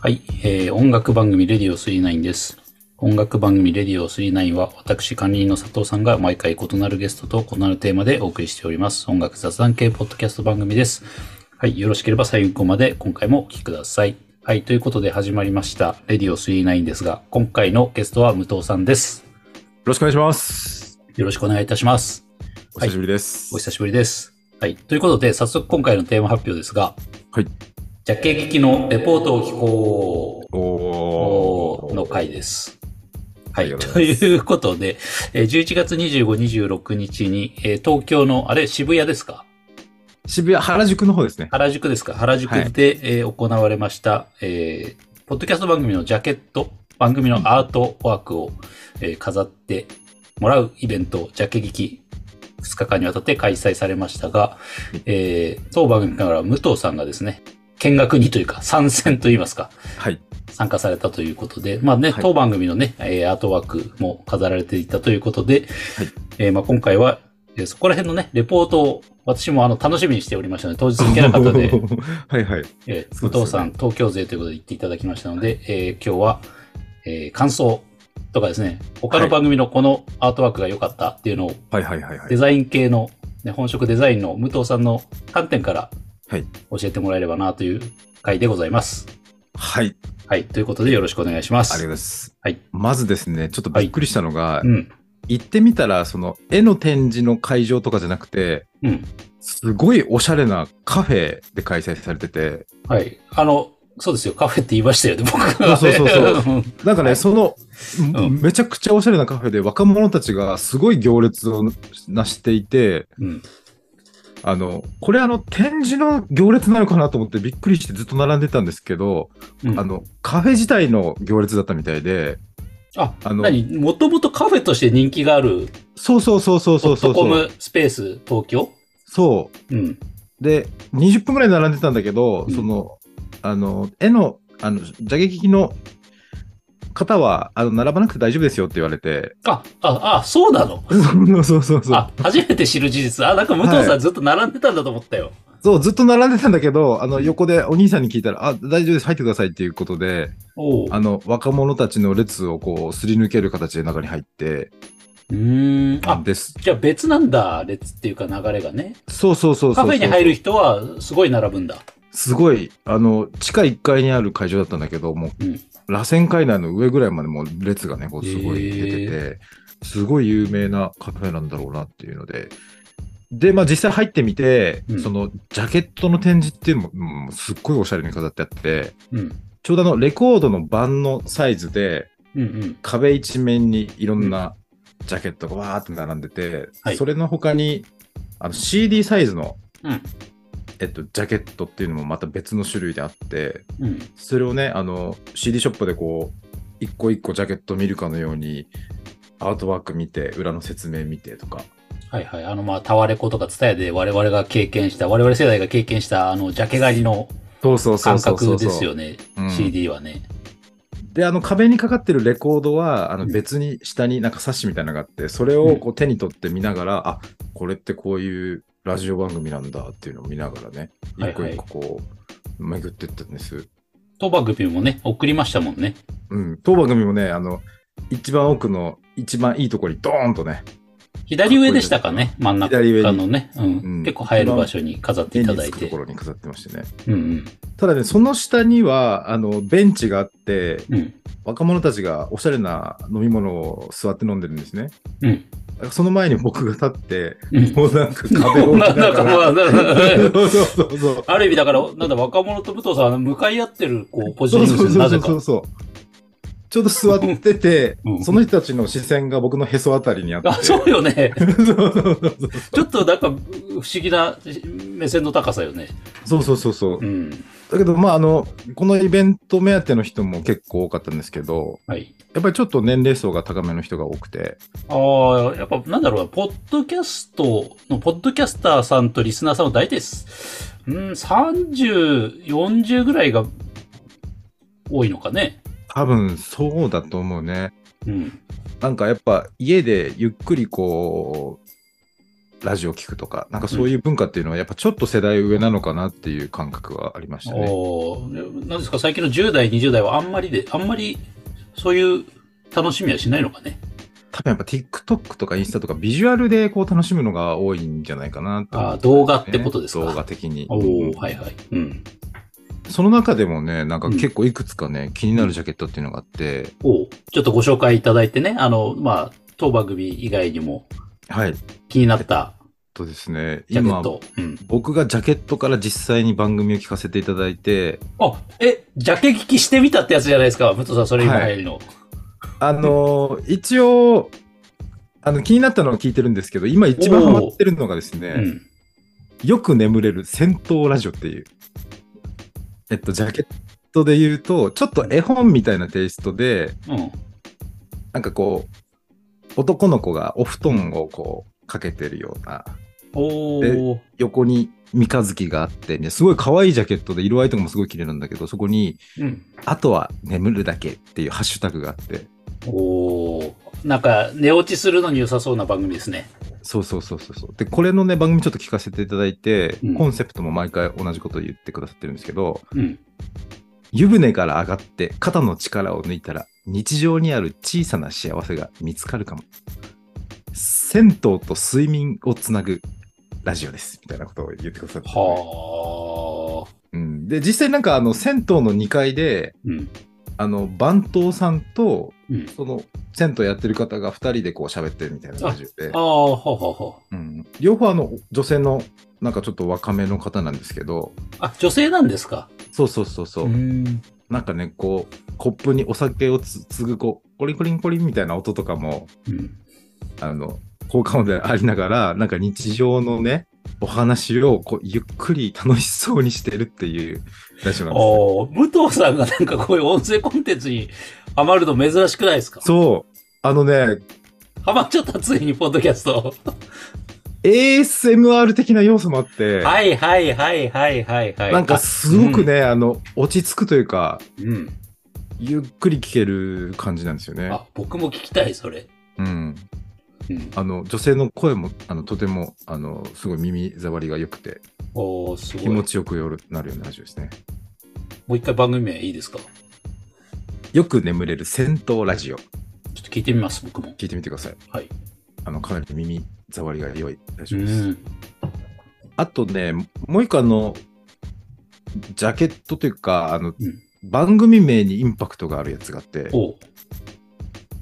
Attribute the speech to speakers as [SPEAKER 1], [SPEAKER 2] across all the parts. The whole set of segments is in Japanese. [SPEAKER 1] はい、えー音楽番組レディオ39です。音楽番組レディオ39は、私管理人の佐藤さんが毎回異なるゲストと異なるテーマでお送りしております。音楽雑談系ポッドキャスト番組です。はい、よろしければ最後まで今回もお聞きください。はい、ということで始まりました、レディオ39ですが、今回のゲストは武藤さんです。
[SPEAKER 2] よろしくお願いします。
[SPEAKER 1] よろしくお願いいたします。
[SPEAKER 2] お久しぶりです。
[SPEAKER 1] お久しぶりです。はい。ということで、早速今回のテーマ発表ですが、
[SPEAKER 2] はい。
[SPEAKER 1] ジャケ聞きのレポートを聞こう
[SPEAKER 2] おー。
[SPEAKER 1] の回です。は
[SPEAKER 2] あり
[SPEAKER 1] い。
[SPEAKER 2] がとう
[SPEAKER 1] と
[SPEAKER 2] ございます
[SPEAKER 1] いうことで、えー11月25、26日に、えー東京の、あれ、渋谷ですか
[SPEAKER 2] 渋谷、原宿の方ですね。
[SPEAKER 1] 原宿ですか原宿で、
[SPEAKER 2] はい
[SPEAKER 1] えー行われました、えーポッドキャスト番組のジャケット、番組のアートワークを、えー飾ってもらうイベント、ジャケ劇、2日間にわたって開催されましたが、えー当番組から武藤さんがですね、見学にというか、参戦といいますか、
[SPEAKER 2] はい。
[SPEAKER 1] 参加されたということで、まあね、
[SPEAKER 2] はい
[SPEAKER 1] 当番組のね、えーアートワークも飾られていたということで、
[SPEAKER 2] はい
[SPEAKER 1] えーまあ今回は、えーそこら辺のね、レポートを私もあの楽しみにしておりましたので、当日行けなかったので、
[SPEAKER 2] はいはい。
[SPEAKER 1] えー
[SPEAKER 2] そうです
[SPEAKER 1] 武
[SPEAKER 2] よね
[SPEAKER 1] 藤さん、東京勢ということで言っていただきましたので、えー今日は、えー感想とかですね、他の番組のこのアートワークが良かったっていうのを、
[SPEAKER 2] はいはいはいは
[SPEAKER 1] デ
[SPEAKER 2] い。
[SPEAKER 1] ザイン系の、ね、本職デザインの武藤さんの観点から
[SPEAKER 2] はい
[SPEAKER 1] 教えてもらえればなという回でございます。
[SPEAKER 2] はい。ありがと
[SPEAKER 1] はい、ということでよろしくお願いしま
[SPEAKER 2] うござい
[SPEAKER 1] す。
[SPEAKER 2] ます。
[SPEAKER 1] はい。
[SPEAKER 2] まずですね、ちょっとびっくりしたのが
[SPEAKER 1] う、ん、
[SPEAKER 2] 行ってみたら、その、絵の展示の会場とかじゃなくて、
[SPEAKER 1] うん。
[SPEAKER 2] すごいおしゃれなカフェで開催されてて、
[SPEAKER 1] はい。あの、そうですよ、カフェって言いましたよね、僕
[SPEAKER 2] そうそうそう
[SPEAKER 1] そ うん。
[SPEAKER 2] なんかね、その、
[SPEAKER 1] うん
[SPEAKER 2] めちゃくちゃおしゃれなカフェで若者たちがすごい行列をなしていて、
[SPEAKER 1] うん。
[SPEAKER 2] あの、これあの、展示の行列なのかなと思ってびっくりしてずっと並んでたんですけど、
[SPEAKER 1] うん
[SPEAKER 2] あの、カフェ自体の行列だったみたいで、
[SPEAKER 1] あ、
[SPEAKER 2] あの
[SPEAKER 1] 何もともとカフェとして人気がある、
[SPEAKER 2] そうそうそうそうそうそう
[SPEAKER 1] ホットコ
[SPEAKER 2] そう。
[SPEAKER 1] ムスペース東京
[SPEAKER 2] そ
[SPEAKER 1] うん。
[SPEAKER 2] う。で、20分ぐらい並んでたんだけど、
[SPEAKER 1] うん
[SPEAKER 2] その、あの、絵の、あの、蛇劇の方は、あの、並ばなくて大丈夫ですよって言われて、
[SPEAKER 1] あ、あ、あ、そうなの
[SPEAKER 2] そうそうそうそう。
[SPEAKER 1] あ、初めて知る事実。あ、なんか武藤さ
[SPEAKER 2] は
[SPEAKER 1] んずっと並んでたんだと思ったよ。
[SPEAKER 2] そう、ずっと並んでたんだけど、あ
[SPEAKER 1] う
[SPEAKER 2] の、
[SPEAKER 1] ん
[SPEAKER 2] 横でお兄さんに聞いたら、あ、大丈夫です、入ってくださいっていうことで、
[SPEAKER 1] おう
[SPEAKER 2] あの、若者たちの列をこう、すり抜ける形で中に入って、
[SPEAKER 1] うーん。あ、
[SPEAKER 2] です。
[SPEAKER 1] じゃあ別なんだ、列っていうか流れがね。
[SPEAKER 2] そうそうそうそうそ
[SPEAKER 1] カ
[SPEAKER 2] う。
[SPEAKER 1] フェに入る人はすごい並ぶんだ。
[SPEAKER 2] すごい、あの、地下1階にある会場だったんだけど、もう、
[SPEAKER 1] うん
[SPEAKER 2] 螺旋階段の上ぐらいまでもう列がね、こう、すごい出てて、
[SPEAKER 1] へ
[SPEAKER 2] すごい有名なカフェなんだろうなっていうので、で、まあ実際入ってみて、
[SPEAKER 1] うん
[SPEAKER 2] その、ジャケットの展示っていうのも、うんすっごいおしゃれに飾ってあって、
[SPEAKER 1] うん。
[SPEAKER 2] ちょうどあの、レコードの盤のサイズで、
[SPEAKER 1] うんうん。
[SPEAKER 2] 壁一面にいろんなジャケットがわーって並んでて、
[SPEAKER 1] はい
[SPEAKER 2] それの他に、あの、CD サイズの、
[SPEAKER 1] うん。
[SPEAKER 2] えっと、ジャケットっていうのもまた別の種類であって、
[SPEAKER 1] うん。
[SPEAKER 2] それをね、あの、CD ショップでこう、一個一個ジャケット見るかのように、アートワーク見て、裏の説明見てとか。
[SPEAKER 1] はいはい。あの、まあ、タワレコとかツタヤで我々が経験した、我々世代が経験した、あの、ジャケ狩りの
[SPEAKER 2] そうそうそう
[SPEAKER 1] 感
[SPEAKER 2] そう
[SPEAKER 1] 覚
[SPEAKER 2] そう。
[SPEAKER 1] ですよね。
[SPEAKER 2] うん。
[SPEAKER 1] CD はね。
[SPEAKER 2] で、あの壁にかかってるレコードは、あ
[SPEAKER 1] う
[SPEAKER 2] の
[SPEAKER 1] ん
[SPEAKER 2] 別に下になんか冊子みたいなのがあって、それをこう手に取って見ながら、あ、これってこういうラジオ番組なんだっていうのを見ながらね、
[SPEAKER 1] はい
[SPEAKER 2] 一個
[SPEAKER 1] はい
[SPEAKER 2] 一個こう、巡ってったんです。
[SPEAKER 1] 当番組もね、送りましたもんね。
[SPEAKER 2] うん。当番組もね、あの、一番奥の一番いいところにドーンとね、
[SPEAKER 1] 左上でしたかね、真ん中
[SPEAKER 2] 左上に
[SPEAKER 1] のね、うん
[SPEAKER 2] うん
[SPEAKER 1] 結構入る場所に飾って
[SPEAKER 2] 手
[SPEAKER 1] いた
[SPEAKER 2] に
[SPEAKER 1] だ
[SPEAKER 2] つ
[SPEAKER 1] い
[SPEAKER 2] くと
[SPEAKER 1] て
[SPEAKER 2] こ。ろに飾ってましてね。
[SPEAKER 1] うんうん。
[SPEAKER 2] ただね、その下には、あの、ベンチがあって、
[SPEAKER 1] うん。
[SPEAKER 2] 若者たちがおしゃれな飲み物を座って飲んでるんですね。
[SPEAKER 1] うん。
[SPEAKER 2] その前に僕が立って、
[SPEAKER 1] うん
[SPEAKER 2] もうなんか壁を置き
[SPEAKER 1] なな
[SPEAKER 2] なが
[SPEAKER 1] ん
[SPEAKER 2] ら
[SPEAKER 1] かまあ、なんか
[SPEAKER 2] そうそうそうそう。
[SPEAKER 1] ある意味だから、なんだ、若者と武藤さんは向かい合ってる、こう、ポジショ
[SPEAKER 2] そう
[SPEAKER 1] ニング
[SPEAKER 2] そ
[SPEAKER 1] で
[SPEAKER 2] う
[SPEAKER 1] する、
[SPEAKER 2] そ
[SPEAKER 1] な
[SPEAKER 2] うそ
[SPEAKER 1] ぜ
[SPEAKER 2] う
[SPEAKER 1] か。
[SPEAKER 2] ちょうど座ってて、
[SPEAKER 1] うん
[SPEAKER 2] その人たちの視線が僕のへそあたりにあって。
[SPEAKER 1] あ、そうよね。
[SPEAKER 2] そうそうそう
[SPEAKER 1] ちょっとなんか、不思議な目線の高さよね。
[SPEAKER 2] そうそうそうそう。
[SPEAKER 1] うん。
[SPEAKER 2] だけど、まあ、あの、このイベント目当ての人も結構多かったんですけど、
[SPEAKER 1] はい。
[SPEAKER 2] やっぱりちょっと年齢層が高めの人が多くて、
[SPEAKER 1] ああ、やっぱなんだろうな、ポッドキャストの、ポッドキャスターさんとリスナーさんは大体す、うん、30、40ぐらいが多いのかね。
[SPEAKER 2] 多分そうだと思うね。
[SPEAKER 1] うん。
[SPEAKER 2] なんかやっぱ家でゆっくりこう、ラジオ聞くとか、なんかそういう文化っていうのは、やっぱちょっと世代上なのかなっていう感覚はありましたね。
[SPEAKER 1] おおなんですか、最近の10代、20代はあんまりで、あんまりそういう楽しみはしないのかね。
[SPEAKER 2] 多分やっぱ TikTok とかインスタとかビジュアルでこう楽しむのが多いんじゃないかなと、
[SPEAKER 1] あー動画ってことですか
[SPEAKER 2] 動画的に。
[SPEAKER 1] おおはいはい。うん。
[SPEAKER 2] その中でもね、なんか結構いくつかね、気になるジャケットっていうのがあって、
[SPEAKER 1] おうちょっとご紹介いただいてね、あの、まあ、当番組以外にも
[SPEAKER 2] はい。
[SPEAKER 1] 気になった
[SPEAKER 2] とですね、
[SPEAKER 1] ジャケ
[SPEAKER 2] 今
[SPEAKER 1] ッ、ト。うん。
[SPEAKER 2] 僕がジャケットから実際に番組を聞かせていただいて、
[SPEAKER 1] あ、え、ジャケ聞きしてみたってやつじゃないですか、武藤さん、それ今
[SPEAKER 2] はい
[SPEAKER 1] 入りの。
[SPEAKER 2] あのー一応、あの、気になったのは聞いてるんですけど、今一番ハマってるのがですね、
[SPEAKER 1] うん。
[SPEAKER 2] よく眠れる戦闘ラジオっていう、えっと、ジャケットで言うと、ちょっと絵本みたいなテイストで、
[SPEAKER 1] うん。
[SPEAKER 2] なんかこう、男の子がお布団をこう、かけてるような、
[SPEAKER 1] おー。
[SPEAKER 2] 横に三日月があってね、すごい可愛いジャケットで色合いとかもすごい綺麗なんだけど、そこに、
[SPEAKER 1] うん。
[SPEAKER 2] あとは眠るだけっていうハッシュタグがあって、
[SPEAKER 1] おー。なんか、寝落ちするのに良さそうな番組ですね。
[SPEAKER 2] そうそうそうそうそう。で、これのね、番組ちょっと聞かせていただいて、
[SPEAKER 1] うん
[SPEAKER 2] コンセプトも毎回同じこと言ってくださってるんですけど、
[SPEAKER 1] うん。
[SPEAKER 2] 湯船から上がって肩の力を抜いたら、日常にある小さな幸せが見つかるかも。銭湯と睡眠をつなぐラジオです。みたいなことを言ってくださって、
[SPEAKER 1] はー。
[SPEAKER 2] うん。で、実際なんかあの、銭湯の2階で、
[SPEAKER 1] うん。
[SPEAKER 2] あの、番頭さんと、
[SPEAKER 1] うん。
[SPEAKER 2] その、銭湯やってる方が2人でこう喋ってるみたいなラジオで
[SPEAKER 1] あ。あ、ほうほうほう。
[SPEAKER 2] うん両方あの女性のなんかちょっと若めの方なんですけど
[SPEAKER 1] あ、女性なんですか。
[SPEAKER 2] そうそうそうそう、
[SPEAKER 1] ん。
[SPEAKER 2] なんかねこうコップにお酒をつ継ぐこうコリンコリンコリンみたいな音とかも
[SPEAKER 1] うん。
[SPEAKER 2] あの効果音でありながらなんか日常のねお話をこうゆっくり楽しそうにしてるっていうラジオなんですよ
[SPEAKER 1] おー武藤さんがなんかこういう音声コンテンツにハマるの珍しくないですか
[SPEAKER 2] そうあのね
[SPEAKER 1] ハマっちゃった、ついに、ポッドキャスト。
[SPEAKER 2] ASMR 的な要素もあって、
[SPEAKER 1] はいはいはいはいはいはい。
[SPEAKER 2] なんか、すごくね、あの落ち着くというか
[SPEAKER 1] うん。
[SPEAKER 2] ゆっくり聴ける感じなんですよね
[SPEAKER 1] あ、僕も聞きたい、それ。
[SPEAKER 2] うん
[SPEAKER 1] うん。
[SPEAKER 2] あの女性の声もあのとてもあのすごい耳障りが良くて
[SPEAKER 1] おーすごい。
[SPEAKER 2] 気持
[SPEAKER 1] も
[SPEAKER 2] ちよくよるなるようなラジオですね。
[SPEAKER 1] う一回番組名いいですかちょ
[SPEAKER 2] よく眠れる戦闘ラジオ
[SPEAKER 1] っと聞いてみます、僕も。
[SPEAKER 2] 聞いてみてください。
[SPEAKER 1] はい。
[SPEAKER 2] あのかなり耳障りが良いラジ
[SPEAKER 1] う
[SPEAKER 2] オです。
[SPEAKER 1] ん。
[SPEAKER 2] あとねもう一個あのジャケットというかあの、
[SPEAKER 1] うん
[SPEAKER 2] 番組名にインパクトがあるやつがあって
[SPEAKER 1] おう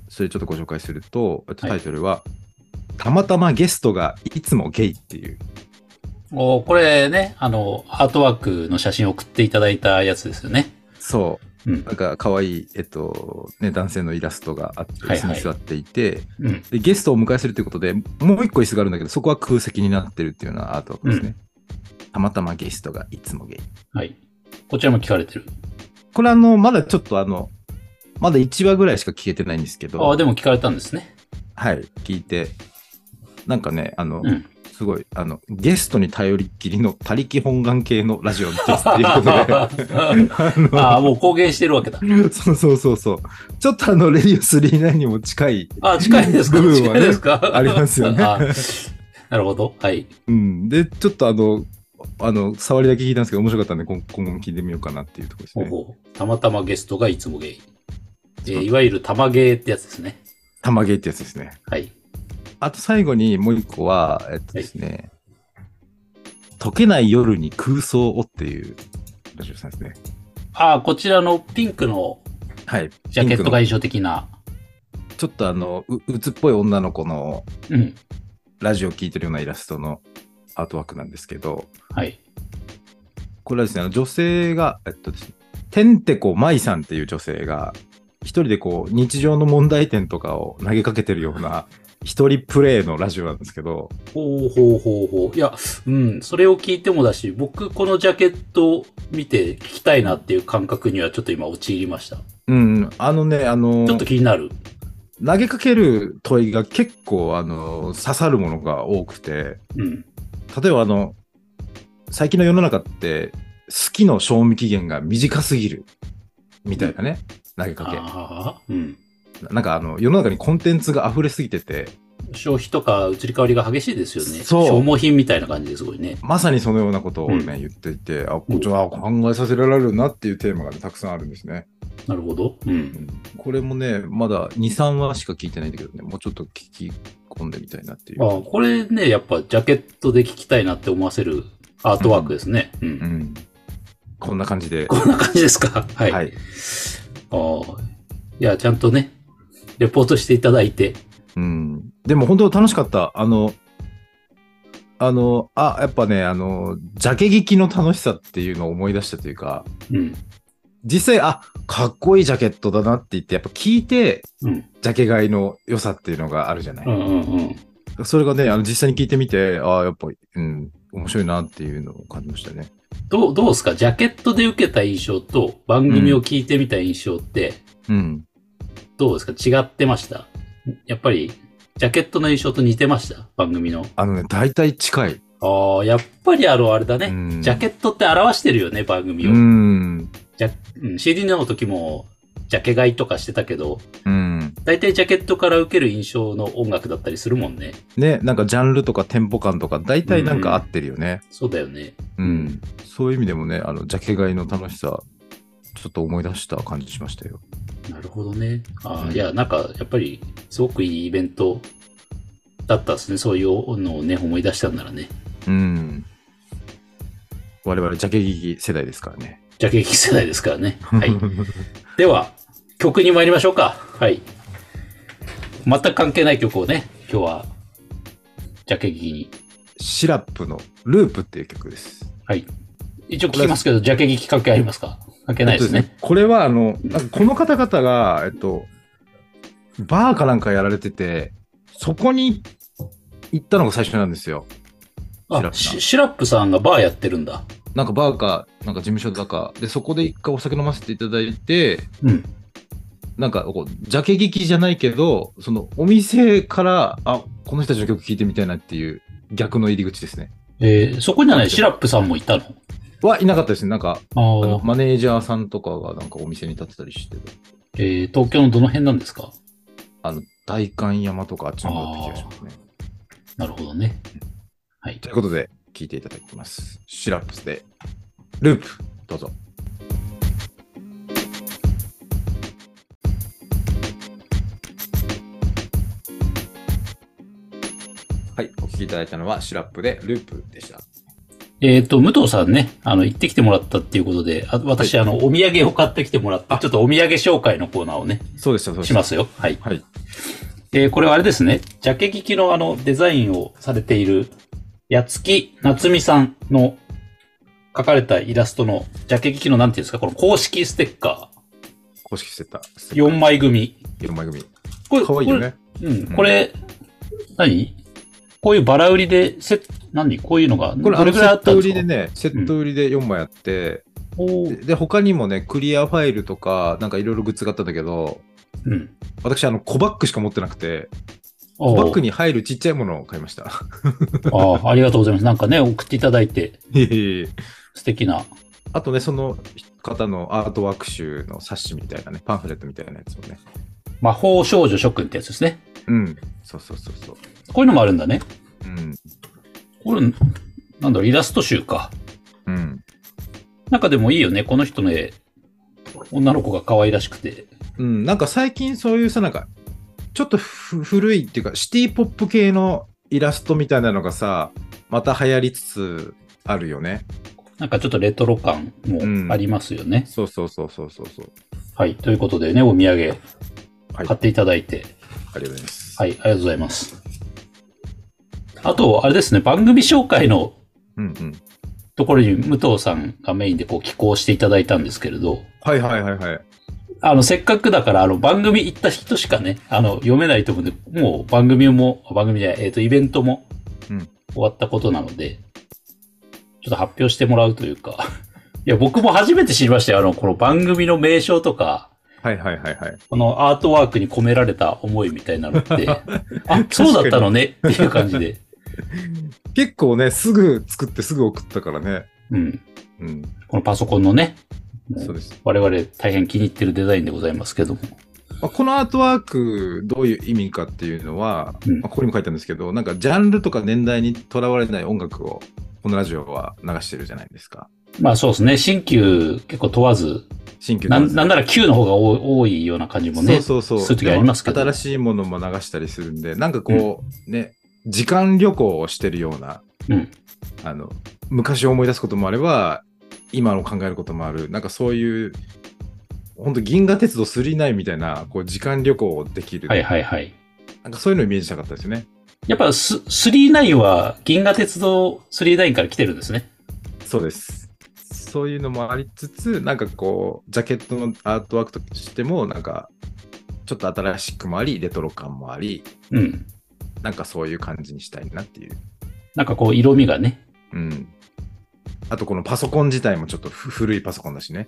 [SPEAKER 2] それちょっとご紹介するとえっとタイトルは、たまたまゲストがいつもゲイっていう
[SPEAKER 1] おーこれね、あの、アートワークの写真送っていただいたやつですよね。
[SPEAKER 2] そう
[SPEAKER 1] うん
[SPEAKER 2] な。んか可愛いえっとね、男性のイラストがあって、
[SPEAKER 1] はい
[SPEAKER 2] 椅子に座っていて、
[SPEAKER 1] うん。
[SPEAKER 2] で、ゲストをお迎えするということで、もう一個椅子があるんだけど、そこは空席になってるっていうようなアートワークですね。たまたまゲストがいつもゲイ。
[SPEAKER 1] はい。こちらも聞かれてる。
[SPEAKER 2] これあの、まだちょっとあの、まだ1話ぐらいしか聞けてないんですけ
[SPEAKER 1] ああ、
[SPEAKER 2] ど、
[SPEAKER 1] でも聞かれたんですね。
[SPEAKER 2] はい、聞いて、なんかね、あの、
[SPEAKER 1] うん。
[SPEAKER 2] すごい、あの、ゲストに頼りっきりの他力本願系のラジオですっていう ことで、あ
[SPEAKER 1] あ
[SPEAKER 2] の
[SPEAKER 1] あ、もう公言してるわけだ。
[SPEAKER 2] そうそうそうそう。ちょっとあの、レディオ39にも近い
[SPEAKER 1] ああ、近いですか
[SPEAKER 2] 部分は
[SPEAKER 1] 近
[SPEAKER 2] ね
[SPEAKER 1] いですか
[SPEAKER 2] ありますよね
[SPEAKER 1] あなるほど。はい。
[SPEAKER 2] うん、で、ちょっとあの、あの、触りだけ聞いたんですけど、面白かったんで、今今後も聞いてみようかなっていうところです
[SPEAKER 1] ほ
[SPEAKER 2] ね。
[SPEAKER 1] ぼ、たまたまゲストがいつもゲイ。えーいわゆる玉ゲーってやつですね。
[SPEAKER 2] 玉芸ってやつですね。
[SPEAKER 1] はい。
[SPEAKER 2] あと最後にもう一個は、えっとですね、溶けない夜に空想をっていうラジオさんですね。
[SPEAKER 1] ああ、こちらのピンクの
[SPEAKER 2] はい。
[SPEAKER 1] ジャケットが
[SPEAKER 2] ピン
[SPEAKER 1] 印象的な。
[SPEAKER 2] クのちょっとあの、ううつっぽい女の子の
[SPEAKER 1] うん。
[SPEAKER 2] ラジオを聴いてるようなイラストのアートワークなんですけど、
[SPEAKER 1] はい。
[SPEAKER 2] これはですね、あの女性が、えっとですね、てんてこまいさんっていう女性が、一人でこう、日常の問題点とかを投げかけてるような、一人プレイのラジオなんですけど、
[SPEAKER 1] ほうほうほうほう。いや、うん、それを聞いてもだし、僕このジャケットを見て聞きたいなっていう感覚にはちょっと今陥りました。
[SPEAKER 2] うん、あのね、あの
[SPEAKER 1] ちょっ、と気になる。
[SPEAKER 2] 投げかける問いが結構、あの、刺さるものが多くて、
[SPEAKER 1] うん。
[SPEAKER 2] 例えばあの、最近の世の中って、好きの賞味期限が短すぎる、みたいなね、投げか
[SPEAKER 1] ああ、うん。
[SPEAKER 2] け。なんかあの、世の中にコンテンツが溢れすぎてて、
[SPEAKER 1] 消費とか移り変わりが激しいですよね。
[SPEAKER 2] そう
[SPEAKER 1] 消耗品みたいな感じですごいね。
[SPEAKER 2] まさにそのようなことをね、
[SPEAKER 1] うん
[SPEAKER 2] 言っていて、あ、こっちは考えさせられるなっていうテーマがね、たくさんあるんですね。
[SPEAKER 1] なるほど。う。
[SPEAKER 2] うんんこれもね、まだ2、3話しか聞いてないんだけどね、もうちょっと聞き込んでみたいなっていう。
[SPEAKER 1] あこれね、やっぱジャケットで聞きたいなって思わせるアートワークですね。うん。
[SPEAKER 2] うん。こんな感じで。
[SPEAKER 1] こんな感じですか。はい。
[SPEAKER 2] はい。
[SPEAKER 1] あーいや、ちゃんとね、レポートしていただいて。
[SPEAKER 2] うん。でも本当楽しかった。あの、あの、あ、やっぱね、あの、ジャケ聞きの楽しさっていうのを思い出したというか、
[SPEAKER 1] うん。
[SPEAKER 2] 実際、あ、かっこいいジャケットだなって言って、やっぱ聞いて、
[SPEAKER 1] うん。
[SPEAKER 2] ジャケ買いの良さっていうのがあるじゃない。
[SPEAKER 1] うんうんうん。
[SPEAKER 2] それがね、あの実際に聞いてみて、ああ、やっぱ、うん、面白いなっていうのを感じましたね。
[SPEAKER 1] どう、どうですかジャケットで受けた印象と番組を聞いてみた印象って、
[SPEAKER 2] うん。
[SPEAKER 1] どうですか違ってましたやっぱり、ジャケットの印象と似てました番組の。
[SPEAKER 2] あのね、大体近い。
[SPEAKER 1] ああ、やっぱりあの、あれだね、
[SPEAKER 2] うん
[SPEAKER 1] ジャケットって表してるよね、番組を。
[SPEAKER 2] うん。
[SPEAKER 1] ジャうん、CD の時も、ジャケ買いとかしてたけど、
[SPEAKER 2] うん。
[SPEAKER 1] 大体ジャケットから受ける印象の音楽だったりするもんね。
[SPEAKER 2] ね、なんかジャンルとかテンポ感とか、大体なんか合ってるよね。
[SPEAKER 1] そうだよね。
[SPEAKER 2] うん。そういう意味でもね、あの、ジャケ買いの楽しさ、ちょっと思い出した感じしましたよ。
[SPEAKER 1] なるほどね。あー
[SPEAKER 2] うん
[SPEAKER 1] いや、なんか、やっぱり、すごくいいイベントだったですね。そういうのをね、思い出したんならね。
[SPEAKER 2] うん。我々、ジャケ聞き世代ですからね。。
[SPEAKER 1] ジャケ聞き世代ですからね。はいでは、曲に参りましょうか。はい。全く関係ない曲をね、今日は、ジャケ聞きに。
[SPEAKER 2] シラップのループっていう曲です。
[SPEAKER 1] はい。一応聞きますけど、ジャケ聞き関係ありますか関係ないです
[SPEAKER 2] えっと
[SPEAKER 1] ね。
[SPEAKER 2] これは、あの、なんかこの方々が、えっと、バーかなんかやられてて、そこに行ったのが最初なんですよ。シラ
[SPEAKER 1] あ、
[SPEAKER 2] フさ
[SPEAKER 1] シ
[SPEAKER 2] ん
[SPEAKER 1] シラップさんがバーやってるんだ。
[SPEAKER 2] なんかバーか、なんか事務所だか、で、そこで一回お酒飲ませていただいて、
[SPEAKER 1] うん。
[SPEAKER 2] なんかこう、ジャケ聞きじゃないけど、そのお店から、あ、この人たちの曲聴いてみたいなっていう逆の入り口ですね。
[SPEAKER 1] えーそこにはね、シラップさんもいたの。
[SPEAKER 2] はいなかったですね。なんか、あ
[SPEAKER 1] あ
[SPEAKER 2] のマネージャーさんとかがなんかお店に立ってたりして、
[SPEAKER 1] えー東京のどの辺なんですか
[SPEAKER 2] あの、大観山とかあっちの方だった気がしますね。
[SPEAKER 1] なるほどね。はい
[SPEAKER 2] と。いうことで、聞いていただきます。シラップスで、ループ、どうぞ。はい、お聞きいただいたのは、シラップで、ループでした。
[SPEAKER 1] えっ、と、武藤さんね、あの、行ってきてもらったっていうことで、あ私、あの、お土産を買ってきてもらって、ちょっとお土産紹介のコーナーをね、
[SPEAKER 2] そうでした、そうで
[SPEAKER 1] し
[SPEAKER 2] した。
[SPEAKER 1] ますよ。はい。
[SPEAKER 2] はい。
[SPEAKER 1] えーこれはあれですね、ジャケ聞きのあの、デザインをされている、やつきなつみさんの描かれたイラストの、ジャケ聞きのなんていうんですか、この公式ステッカ
[SPEAKER 2] 公式セッター。
[SPEAKER 1] ー、4枚組。
[SPEAKER 2] 4枚組。
[SPEAKER 1] これ、
[SPEAKER 2] かわいいよね。
[SPEAKER 1] これ。うん、これ、何こういうバラ売りで、セッ何こういうのが、
[SPEAKER 2] これ、
[SPEAKER 1] ど
[SPEAKER 2] あの
[SPEAKER 1] れ
[SPEAKER 2] セ
[SPEAKER 1] くらいあ
[SPEAKER 2] ッ
[SPEAKER 1] った
[SPEAKER 2] ト
[SPEAKER 1] んで
[SPEAKER 2] 売
[SPEAKER 1] す
[SPEAKER 2] り
[SPEAKER 1] か
[SPEAKER 2] でね、セット売りで4枚あって、
[SPEAKER 1] お
[SPEAKER 2] で
[SPEAKER 1] ー
[SPEAKER 2] で、他にもね、クリアファイルとか、なんかいろいろグッズがあったんだけど、
[SPEAKER 1] うん。
[SPEAKER 2] 私、あの、小バッグしか持ってなくて、
[SPEAKER 1] お
[SPEAKER 2] バッグ
[SPEAKER 1] に。
[SPEAKER 2] に入るちっちゃいものを買いました。
[SPEAKER 1] ああ、ありがとうございます。なんかね、送っていただいて、
[SPEAKER 2] いえいえ
[SPEAKER 1] 素敵な。
[SPEAKER 2] あとね、その方のアートワーク集の冊子みたいなね、パンフレットみたいなやつもね。
[SPEAKER 1] 魔法少女諸君ってやつですね。
[SPEAKER 2] うん。そうそうそうそう。
[SPEAKER 1] こういうのもあるんだね。
[SPEAKER 2] うん。
[SPEAKER 1] これ、なんだろう、イラスト集か。
[SPEAKER 2] うん。
[SPEAKER 1] なんかでもいいよね、この人の絵。女の子が可愛らしくて。
[SPEAKER 2] うん。なんか最近そういうさ、なんか、ちょっとふ古いっていうか、シティポップ系のイラストみたいなのがさ、また流行りつつあるよね。
[SPEAKER 1] なんかちょっとレトロ感もありますよね。
[SPEAKER 2] そうそうそうそうそうそう。
[SPEAKER 1] はい。ということでね、お土産
[SPEAKER 2] はい。あ
[SPEAKER 1] 買っていただいて、
[SPEAKER 2] りがとうございます。
[SPEAKER 1] はい、ありがとうございます。あと、あれですね、番組紹介の
[SPEAKER 2] うんうん。
[SPEAKER 1] ところに武藤さんがメインでこう寄稿していただいたんですけれど、
[SPEAKER 2] はいはいはいはい。
[SPEAKER 1] あの、せっかくだから、あの、番組行った人しかね、あの、読めないと思うんで、もう番組も、番組じゃない、えっ、と、イベントも
[SPEAKER 2] うん、
[SPEAKER 1] 終わったことなので、ちょっと発表してもらうというか、 いや、僕も初めて知りましたよ。あの、この番組の名称とか、
[SPEAKER 2] はいはいはいはい。
[SPEAKER 1] このアートワークに込められた思いみたいなの って、あ、そうだったのねっていう感じで。
[SPEAKER 2] 結構ね、すぐ作ってすぐ送ったからね。
[SPEAKER 1] うん。
[SPEAKER 2] うん。
[SPEAKER 1] このパソコンのね、
[SPEAKER 2] そうです。
[SPEAKER 1] 我々大変気に入ってるデザインでございますけども。
[SPEAKER 2] まあ、このアートワーク、どういう意味かっていうのは、
[SPEAKER 1] うん
[SPEAKER 2] まあここにも書いてあるんですけど、なんかジャンルとか年代にとらわれない音楽を、このラジオは流してるじゃないですか。
[SPEAKER 1] まあそうですね。新旧結構問わず、
[SPEAKER 2] 新旧
[SPEAKER 1] なんなんなら旧の方が多多いような感じもね。
[SPEAKER 2] そうそうそう。
[SPEAKER 1] そういう時ありますけど
[SPEAKER 2] 新しいものも流したりするんで、なんかこう、ね、時間旅行をしてるような、
[SPEAKER 1] うん
[SPEAKER 2] あの、昔を思い出すこともあれば、今を考えることもある、なんかそういう、本当銀河鉄道999みたいな、こう、時間旅行をできる、
[SPEAKER 1] はいはいはい。
[SPEAKER 2] なんかそういうのをイメージしたかったですよね。
[SPEAKER 1] やっぱス39は銀河鉄道39から来てるんですね。
[SPEAKER 2] そうです。そういうのもありつつ、なんかこう、ジャケットのアートワークとしても、なんか、ちょっと新しくもあり、レトロ感もあり、
[SPEAKER 1] うん。
[SPEAKER 2] なんかそういう感じにしたいなっていう。
[SPEAKER 1] なんかこう色味がね。
[SPEAKER 2] うん。あと、このパソコン自体もちょっとふ古いパソコンだしね。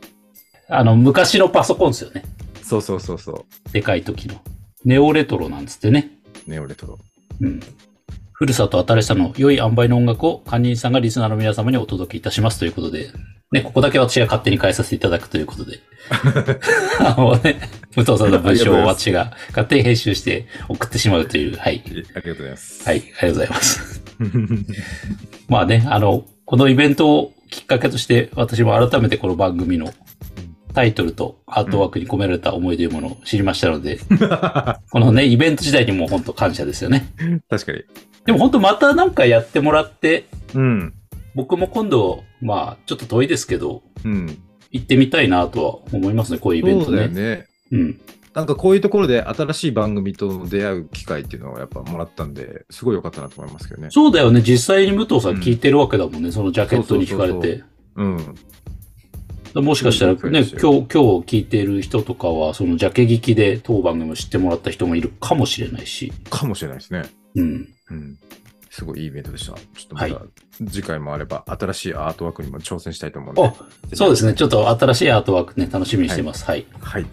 [SPEAKER 1] あの、昔のパソコンですよね。
[SPEAKER 2] そうそうそうそ
[SPEAKER 1] でかい時の。ネオレトロなんつってね。
[SPEAKER 2] う。ネオレトロ。
[SPEAKER 1] うん。古さと新しさの良い塩梅の音楽を、管理人さんがリスナーの皆様にお届けいたしますということで、ね、ここだけ私が勝手に変えさせていただくということ で。あのね、武藤さんの文章を私が勝手に編集して送ってしまうという、はい。
[SPEAKER 2] えありがとうございます。
[SPEAKER 1] はい、ありがとうございます。まあね、あの、このイベントをきっかけとして、私も改めてこの番組のタイトルとアートワークに込められた思いというものを知りましたので、このね、イベント自体にも本当感謝ですよね。
[SPEAKER 2] 確かに。
[SPEAKER 1] でも本当またなんかやってもらって、
[SPEAKER 2] うん。
[SPEAKER 1] 僕も今度、まあ、ちょっと遠いですけど、
[SPEAKER 2] うん。
[SPEAKER 1] 行ってみたいなとは思いますね、こういうイベン
[SPEAKER 2] そ
[SPEAKER 1] ト
[SPEAKER 2] う
[SPEAKER 1] ね。
[SPEAKER 2] だよね。
[SPEAKER 1] うん。
[SPEAKER 2] なんかこういうところで新しい番組と出会う機会っていうのをやっぱもらったんで、すごい良かったなと思いますけどね。
[SPEAKER 1] そうだよね、実際に武藤さん
[SPEAKER 2] うん
[SPEAKER 1] 聞いてるわけだもんね、そのジャケットに惹かれ
[SPEAKER 2] そうそう
[SPEAKER 1] て。
[SPEAKER 2] うん。
[SPEAKER 1] もしかしたらね、
[SPEAKER 2] そう
[SPEAKER 1] 今
[SPEAKER 2] で
[SPEAKER 1] 日、
[SPEAKER 2] す
[SPEAKER 1] 今
[SPEAKER 2] よ
[SPEAKER 1] 日聞いてる人とかは、そのジャケ聞きで当番組を知ってもらった人もいるかもしれないし。
[SPEAKER 2] かもしれないですね。
[SPEAKER 1] うん。
[SPEAKER 2] うん。すごいいいイベントでした。ちょっとま
[SPEAKER 1] は
[SPEAKER 2] た次回もあれば、新しいアートワークにも挑戦したいと思うんで。
[SPEAKER 1] あ、そうです
[SPEAKER 2] ね。
[SPEAKER 1] ね、ちょっと新しいアートワークね、楽しみにしてます。はい
[SPEAKER 2] はい。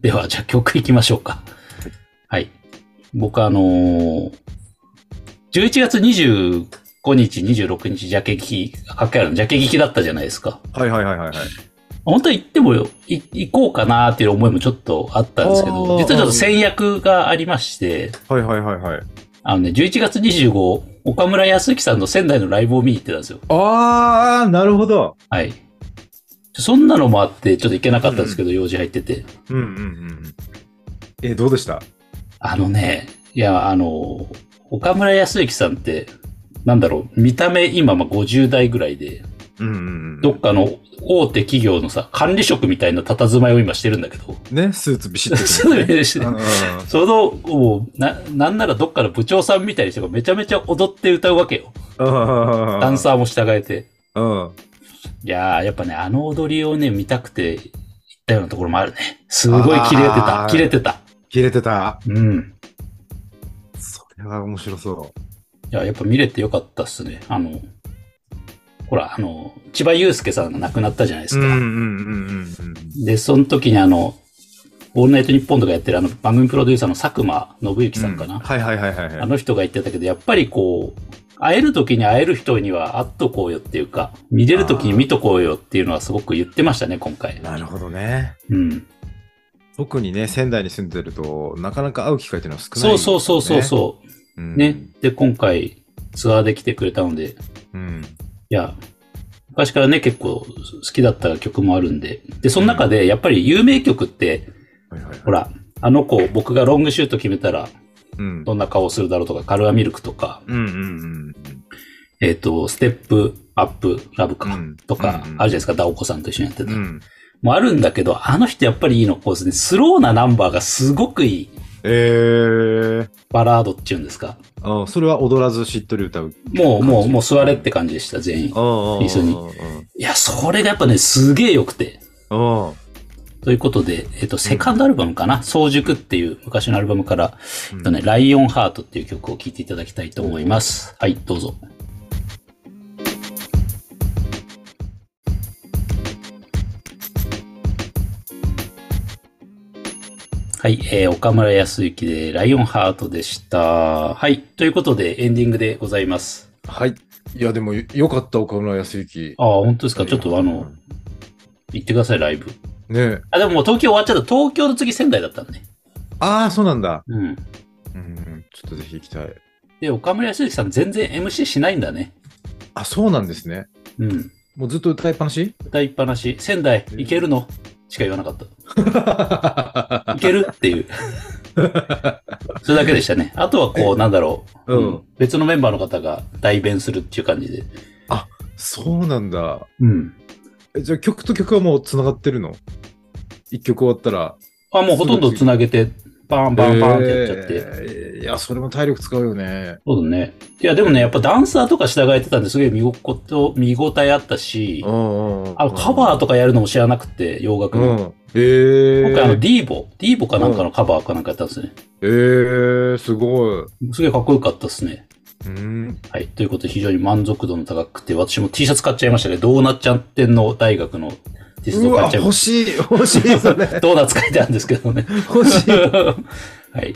[SPEAKER 1] では、じゃあ曲いきましょうか。はい。僕あのー、11月25日、26日、ジャケ聞き、かけあるの、ジャケ聞きだったじゃないですか。
[SPEAKER 2] はいはいはいはいはい。
[SPEAKER 1] 本当は行ってもよ、い行こうかなーっていう思いもちょっとあったんですけ
[SPEAKER 2] あ
[SPEAKER 1] ど、
[SPEAKER 2] ー
[SPEAKER 1] 実はちょっと戦略がありまして、
[SPEAKER 2] はいはいはいはい。
[SPEAKER 1] あのね、11月25、岡村康之さんの仙台のライブを見に行ってたんですよ。
[SPEAKER 2] あー、なるほど。
[SPEAKER 1] はい。そんなのもあって、ちょっと行けなかったんですけど、用事入ってて。
[SPEAKER 2] うんうんうん。え、どうでした
[SPEAKER 1] あのね、いや、あの、岡村康之さんって、なんだろう、見た目今まあ50代ぐらいで、
[SPEAKER 2] うんうんうん。
[SPEAKER 1] どっかの大手企業のさ、管理職みたいな佇まいを今してるんだけど、
[SPEAKER 2] ね、スーツビシッと
[SPEAKER 1] そ
[SPEAKER 2] 着て、ね。うんうんうん
[SPEAKER 1] その、もう、な、なんならどっかの部長さんみたいな人がめちゃめちゃ踊って歌うわけよ。
[SPEAKER 2] あ
[SPEAKER 1] ダンサーも従えて。
[SPEAKER 2] ー。うん。
[SPEAKER 1] いやー、やっぱね、あの踊りをね、見たくて行ったようなところもあるね。すごい切れてた
[SPEAKER 2] あ。ー
[SPEAKER 1] 切れてた。
[SPEAKER 2] 切れてた。
[SPEAKER 1] うん。
[SPEAKER 2] それは面白そ
[SPEAKER 1] いや、やっぱ見れてよかったっすね。あの、ほら、あの、千葉祐介さんが亡くなったじゃないで
[SPEAKER 2] う。
[SPEAKER 1] す
[SPEAKER 2] うん
[SPEAKER 1] か。
[SPEAKER 2] うんうんうんうん。
[SPEAKER 1] で、その時にあの、オールナイトニッポンとかやってるあの番組プロデューサーの佐久間信之さんかな。
[SPEAKER 2] うはいはいはいはい
[SPEAKER 1] あ
[SPEAKER 2] はい。
[SPEAKER 1] の人が言ってたけど、やっぱりこう、会える時に会える人には会っとこうよっていうか、見れる時に見とこうよっていうのはすごく言ってましたね、今回。
[SPEAKER 2] なるほどね。
[SPEAKER 1] うん。
[SPEAKER 2] 特にね、仙台に住んでると、なかなか会う機会っていうのは少ない、
[SPEAKER 1] そうそうそうそうそうう。
[SPEAKER 2] ん。
[SPEAKER 1] ね。で、今回ツアーで来てくれたので、い
[SPEAKER 2] うん。
[SPEAKER 1] や、昔からね、結構好きだった曲もあるんで。で、その中で、やっぱり有名曲って、
[SPEAKER 2] はいはいはい。
[SPEAKER 1] ほ。ら、あの子、僕がロングシュート決めたら、
[SPEAKER 2] うん。
[SPEAKER 1] どんな顔をするだろうとか、カルアミルクとか、
[SPEAKER 2] うんうんうん
[SPEAKER 1] えっ、と、ステップアップラブか、
[SPEAKER 2] うん
[SPEAKER 1] とか、ある
[SPEAKER 2] う
[SPEAKER 1] じゃ
[SPEAKER 2] ん
[SPEAKER 1] ないですか、ダオコさんと一緒にやって
[SPEAKER 2] うん。
[SPEAKER 1] た。
[SPEAKER 2] うん。
[SPEAKER 1] もあるんだけど、あの人やっぱりいいの、こうですね、スローなナンバーがすごくいい。
[SPEAKER 2] えー。
[SPEAKER 1] バラードっていうんですか。
[SPEAKER 2] あそれは踊らずしっとり歌う。
[SPEAKER 1] もう、もう、
[SPEAKER 2] 感じ
[SPEAKER 1] もう座れって感じでした、全員。
[SPEAKER 2] あ
[SPEAKER 1] 一緒に
[SPEAKER 2] う
[SPEAKER 1] いや、それがやっぱね、すげえ良くて。
[SPEAKER 2] ん。うん
[SPEAKER 1] ということで、えっ、と、セカンドアルバムかな、早熟っていう昔のアルバムから、えっとね、ライオンハートっていう曲を聴いていただきたいと思います。はい、どうぞ。はい、えー、岡村康之で、ライオンハートでした。はい、ということで、エンディングでございます。
[SPEAKER 2] はい。いや、でもよよかった、岡村康之。
[SPEAKER 1] ああ、本当ですかちょっとあの、行ってください、ライブ。
[SPEAKER 2] ねえ。
[SPEAKER 1] あ、でももう東京終わっちゃった。東京の次仙台だったんね。
[SPEAKER 2] ああ、そうなんだ。
[SPEAKER 1] うん。
[SPEAKER 2] うん、ちょっとぜひ行きたい。
[SPEAKER 1] で、岡村康之さん全然 MC しないんだね。
[SPEAKER 2] あ、そうなんですね。
[SPEAKER 1] うん。
[SPEAKER 2] もうずっと歌いっぱなし
[SPEAKER 1] 歌いっぱなし。仙台、行けるのしか言わなかった。
[SPEAKER 2] う
[SPEAKER 1] いけるって いう。それだけでしたね。あとはこう、なんだろう、
[SPEAKER 2] うん
[SPEAKER 1] 別のメンバーの方が代弁するっていう感じで。
[SPEAKER 2] そうなんだ。
[SPEAKER 1] うん。
[SPEAKER 2] えじゃあ曲と曲はもう繋がってるの一曲終わったら。
[SPEAKER 1] あ、もうほとんど繋げて、バンバンバンってやっちゃって。
[SPEAKER 2] えーいや、それも体力使うよね。
[SPEAKER 1] そうだね。いや、でもね、やっぱダンサーとか従えてたんですげえ見ごこと、見応えあったし、あの、カバー
[SPEAKER 2] と
[SPEAKER 1] とかやるのも知らなくて、洋楽
[SPEAKER 2] う
[SPEAKER 1] の。
[SPEAKER 2] ん。えー、
[SPEAKER 1] 今回あの、ディーボ、ディーボかなんかのカバーかなんかやったんですね。
[SPEAKER 2] えー、すごい。
[SPEAKER 1] すげえかっこよかったですね。
[SPEAKER 2] うん。
[SPEAKER 1] はい。ということで、非常に満足度の高くて、私も T シャツ買っちゃいましたけど、どうなっちゃってんの大学の T シャツ
[SPEAKER 2] う
[SPEAKER 1] を買
[SPEAKER 2] わ、
[SPEAKER 1] っちゃいま
[SPEAKER 2] 欲しい、欲しい、それ。
[SPEAKER 1] ドーナツ書いてあるんですけどね。
[SPEAKER 2] 欲しい。
[SPEAKER 1] はい。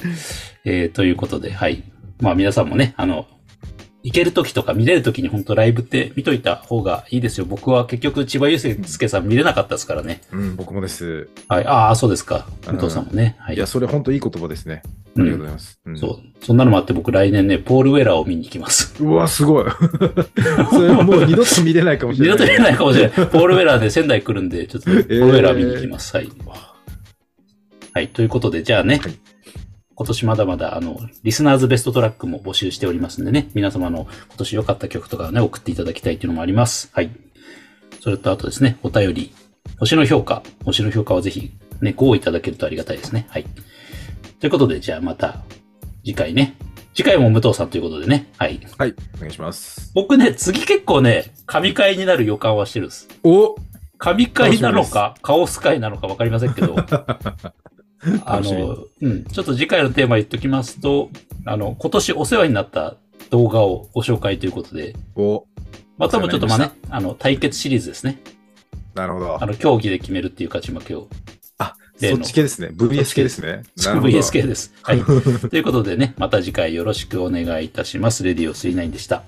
[SPEAKER 1] えーということで、はい。まあ皆さんもね、あの、行ける時とか見れる時に本当ライブって見といた方がいいですよ。僕は結局千葉祐介さん見れなかったですからね。
[SPEAKER 2] うん、僕もです。
[SPEAKER 1] はい。ああ、そうですか。武藤さんもね。はいい。
[SPEAKER 2] や、それ本当いい言葉ですね。あ
[SPEAKER 1] う
[SPEAKER 2] りがと
[SPEAKER 1] ん
[SPEAKER 2] うございます。うん
[SPEAKER 1] そう。そんなのもあって僕来年ね、ポールウェラーを見に行きます。
[SPEAKER 2] うわ、すごい。それはもう二度と見れないかもし
[SPEAKER 1] 二度
[SPEAKER 2] れない。
[SPEAKER 1] と 見れないかもしれない。ポールウェラーで仙台来るんで、ちょっとポールウェラー見に行きます。はい。はい。ということで、じゃあね、
[SPEAKER 2] はい
[SPEAKER 1] 今年まだまだ、あの、リスナーズベストトラックも募集しておりますんでね、皆様の今年良かった曲とかをね、送っていただきたいというのもあります。はい。それとあとですね、お便り、星の評価、星の評価はぜひ、ね、5をいただけるとありがたいですね。はい。ということで、じゃあまた、次回ね。次回も武藤さんということでね。はい。
[SPEAKER 2] はい、お願いします。
[SPEAKER 1] 僕ね、次結構ね、神回になる予感はしてるんです。
[SPEAKER 2] お
[SPEAKER 1] 神回なのか、カオス回なのか分かりませんけ ど、あ
[SPEAKER 2] 楽しみ
[SPEAKER 1] の、うん、ちょっと次回のテーマ言っときますと、あの、今年お世話になった動画をご紹介ということで、
[SPEAKER 2] お
[SPEAKER 1] まあ、多分ちょっとまあ
[SPEAKER 2] わ
[SPEAKER 1] ね、あの、対決シリーズですね。
[SPEAKER 2] なるほど
[SPEAKER 1] あ。の、競技で決めるっていう勝ち負けを、
[SPEAKER 2] あ、
[SPEAKER 1] 例
[SPEAKER 2] そ
[SPEAKER 1] の
[SPEAKER 2] っち系ですね。VS 系ですね。なるほど
[SPEAKER 1] VS 系です。はい。ということでね、また次回よろしくお願いいたします。レディオ39でした。